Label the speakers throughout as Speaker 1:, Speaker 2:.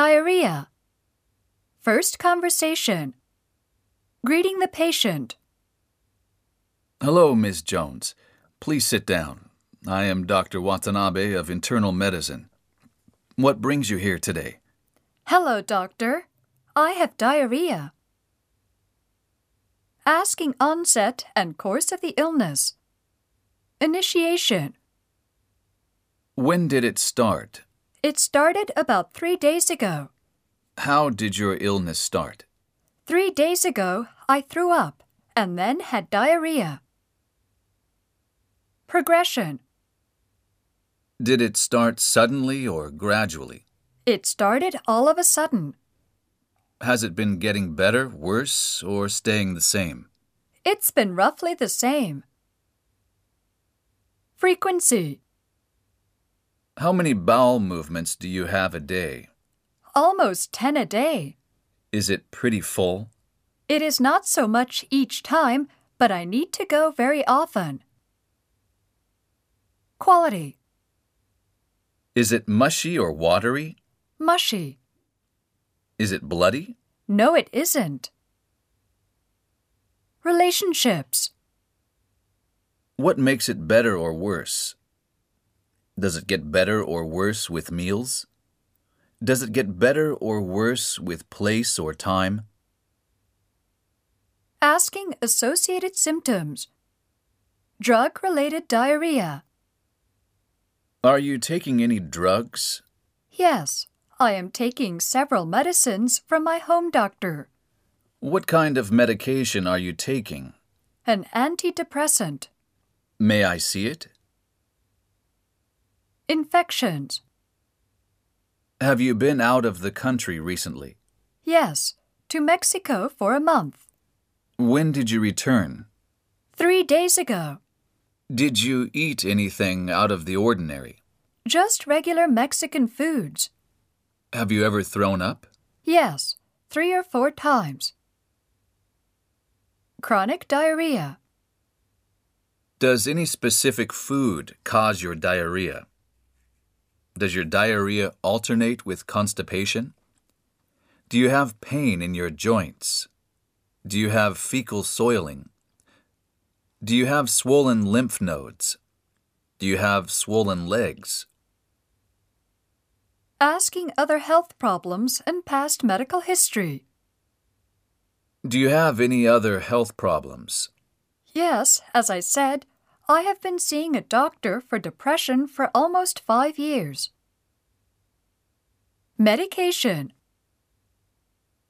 Speaker 1: Diarrhea. First conversation. Greeting the patient.
Speaker 2: Hello, Miss Jones. Please sit down. I am Dr. Watanabe of Internal Medicine. What brings you here today?
Speaker 1: Hello, doctor. I have diarrhea. Asking onset and course of the illness. Initiation.
Speaker 2: When did it start?
Speaker 1: It started about three days ago.
Speaker 2: How did your illness start?
Speaker 1: Three days ago, I threw up and then had diarrhea. Progression.
Speaker 2: Did it start suddenly or gradually?
Speaker 1: It started all of a sudden.
Speaker 2: Has it been getting better, worse, or staying the same?
Speaker 1: It's been roughly the same. Frequency.
Speaker 2: How many bowel movements do you have a day?
Speaker 1: Almost 10 a day.
Speaker 2: Is it pretty full?
Speaker 1: It is not so much each time, but I need to go very often. Quality.
Speaker 2: Is it mushy or watery?
Speaker 1: Mushy.
Speaker 2: Is it bloody?
Speaker 1: No, it isn't. Relationships.
Speaker 2: What makes it better or worse? Does it get better or worse with meals? Does it get better or worse with place or time?
Speaker 1: Asking associated symptoms. Drug related diarrhea.
Speaker 2: Are you taking any drugs?
Speaker 1: Yes, I am taking several medicines from my home doctor
Speaker 2: What kind of medication are you taking?
Speaker 1: an antidepressant,
Speaker 2: May I see it?
Speaker 1: infections.
Speaker 2: Have you been out of the country recently?
Speaker 1: Yes, to Mexico for a month.
Speaker 2: When did you return?
Speaker 1: Three days ago.
Speaker 2: Did you eat anything out of the ordinary?
Speaker 1: Just regular Mexican foods.
Speaker 2: Have you ever thrown up?
Speaker 1: Yes, three or four times. Chronic diarrhea.
Speaker 2: Does any specific food cause your diarrhea? Does your diarrhea alternate with constipation? Do you have pain in your joints? Do you have fecal soiling? Do you have swollen lymph nodes? Do you have swollen legs?
Speaker 1: Asking other health problems and past medical history.
Speaker 2: Do you have any other health problems?
Speaker 1: Yes, as I said, I have been seeing a doctor for depression for almost five years. Medication.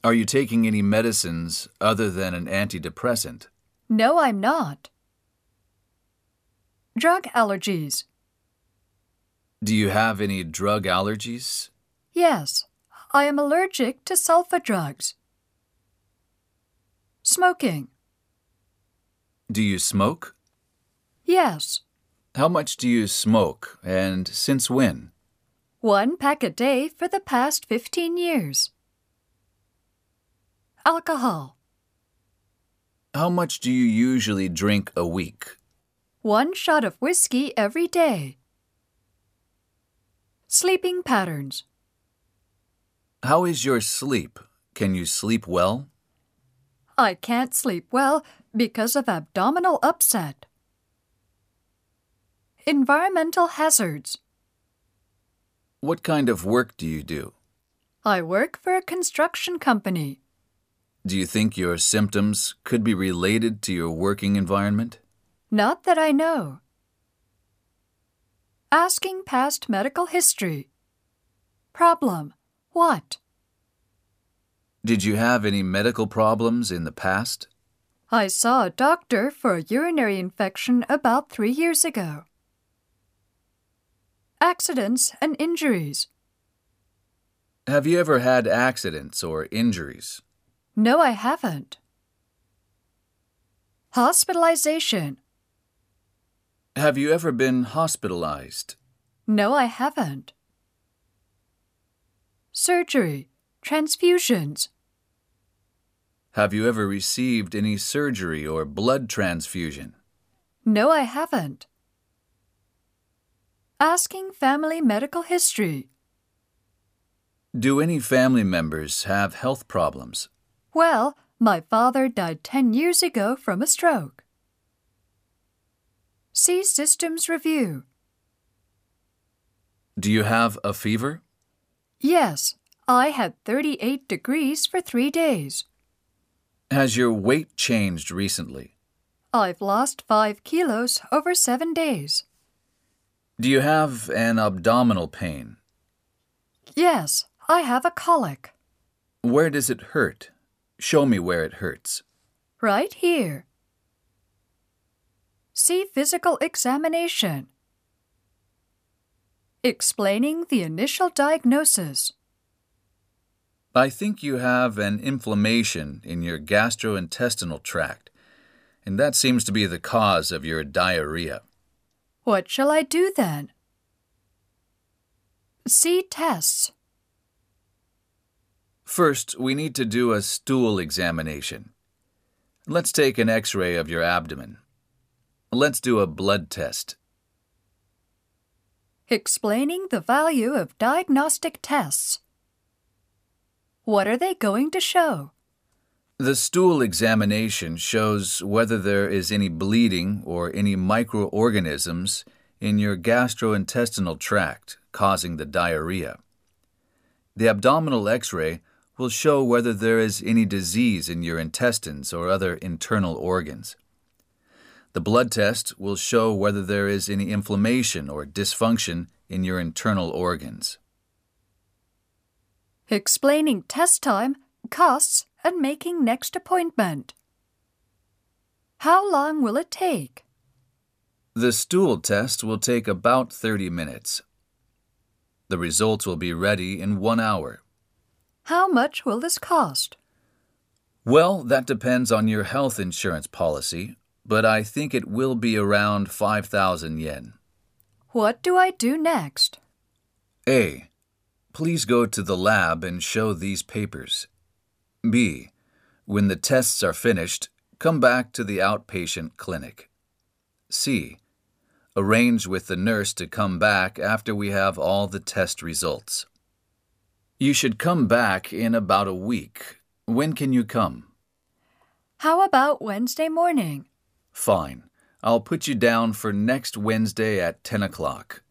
Speaker 2: Are you taking any medicines other than an antidepressant?
Speaker 1: No, I'm not. Drug allergies.
Speaker 2: Do you have any drug allergies?
Speaker 1: Yes, I am allergic to sulfa drugs. Smoking.
Speaker 2: Do you smoke?
Speaker 1: Yes,
Speaker 2: How much do you smoke and since when?
Speaker 1: one pack a day for the past 15 years. Alcohol.
Speaker 2: How much do you usually drink a week?
Speaker 1: One shot of whiskey every day. Sleeping patterns.
Speaker 2: How is your sleep? Can you sleep well?
Speaker 1: I can't sleep well because of abdominal upset. Environmental hazards.
Speaker 2: What kind of work do you do?
Speaker 1: I work for a construction company.
Speaker 2: Do you think your symptoms could be related to your working environment?
Speaker 1: Not that I know. Asking past medical history. Problem. What?
Speaker 2: Did you have any medical problems in the past?
Speaker 1: I saw a doctor for a urinary infection about three years ago. Accidents and injuries.
Speaker 2: Have you ever had accidents or injuries?
Speaker 1: No, I haven't. Hospitalization.
Speaker 2: Have you ever been hospitalized?
Speaker 1: No, I haven't. Surgery. Transfusions.
Speaker 2: Have you ever received any surgery or blood transfusion?
Speaker 1: No, I haven't. Asking family medical history.
Speaker 2: Do any family members have health problems?
Speaker 1: Well, my father died 10 years ago from a stroke. See Systems Review.
Speaker 2: Do you have a fever?
Speaker 1: Yes, I had 38 degrees for three days.
Speaker 2: Has your weight changed recently?
Speaker 1: I've lost 5 kilos over 7 days.
Speaker 2: Do you have an abdominal pain?
Speaker 1: Yes, I have a colic.
Speaker 2: Where does it hurt? Show me where it hurts.
Speaker 1: Right here. See physical examination. Explaining the initial diagnosis.
Speaker 2: I think you have an inflammation in your gastrointestinal tract, and that seems to be the cause of your diarrhea.
Speaker 1: What shall I do then? See tests.
Speaker 2: First, we need to do a stool examination. Let's take an x ray of your abdomen. Let's do a blood test.
Speaker 1: Explaining the value of diagnostic tests. What are they going to show?
Speaker 2: The stool examination shows whether there is any bleeding or any microorganisms in your gastrointestinal tract causing the diarrhea. The abdominal x ray will show whether there is any disease in your intestines or other internal organs. The blood test will show whether there is any inflammation or dysfunction in your internal organs.
Speaker 1: Explaining test time, costs, and making next appointment. How long will it take?
Speaker 2: The stool test will take about 30 minutes. The results will be ready in one hour.
Speaker 1: How much will this cost?
Speaker 2: Well, that depends on your health insurance policy, but I think it will be around 5,000 yen.
Speaker 1: What do I do next?
Speaker 2: A. Please go to the lab and show these papers. B. When the tests are finished, come back to the outpatient clinic. C. Arrange with the nurse to come back after we have all the test results. You should come back in about a week. When can you come?
Speaker 1: How about Wednesday morning?
Speaker 2: Fine. I'll put you down for next Wednesday at 10 o'clock.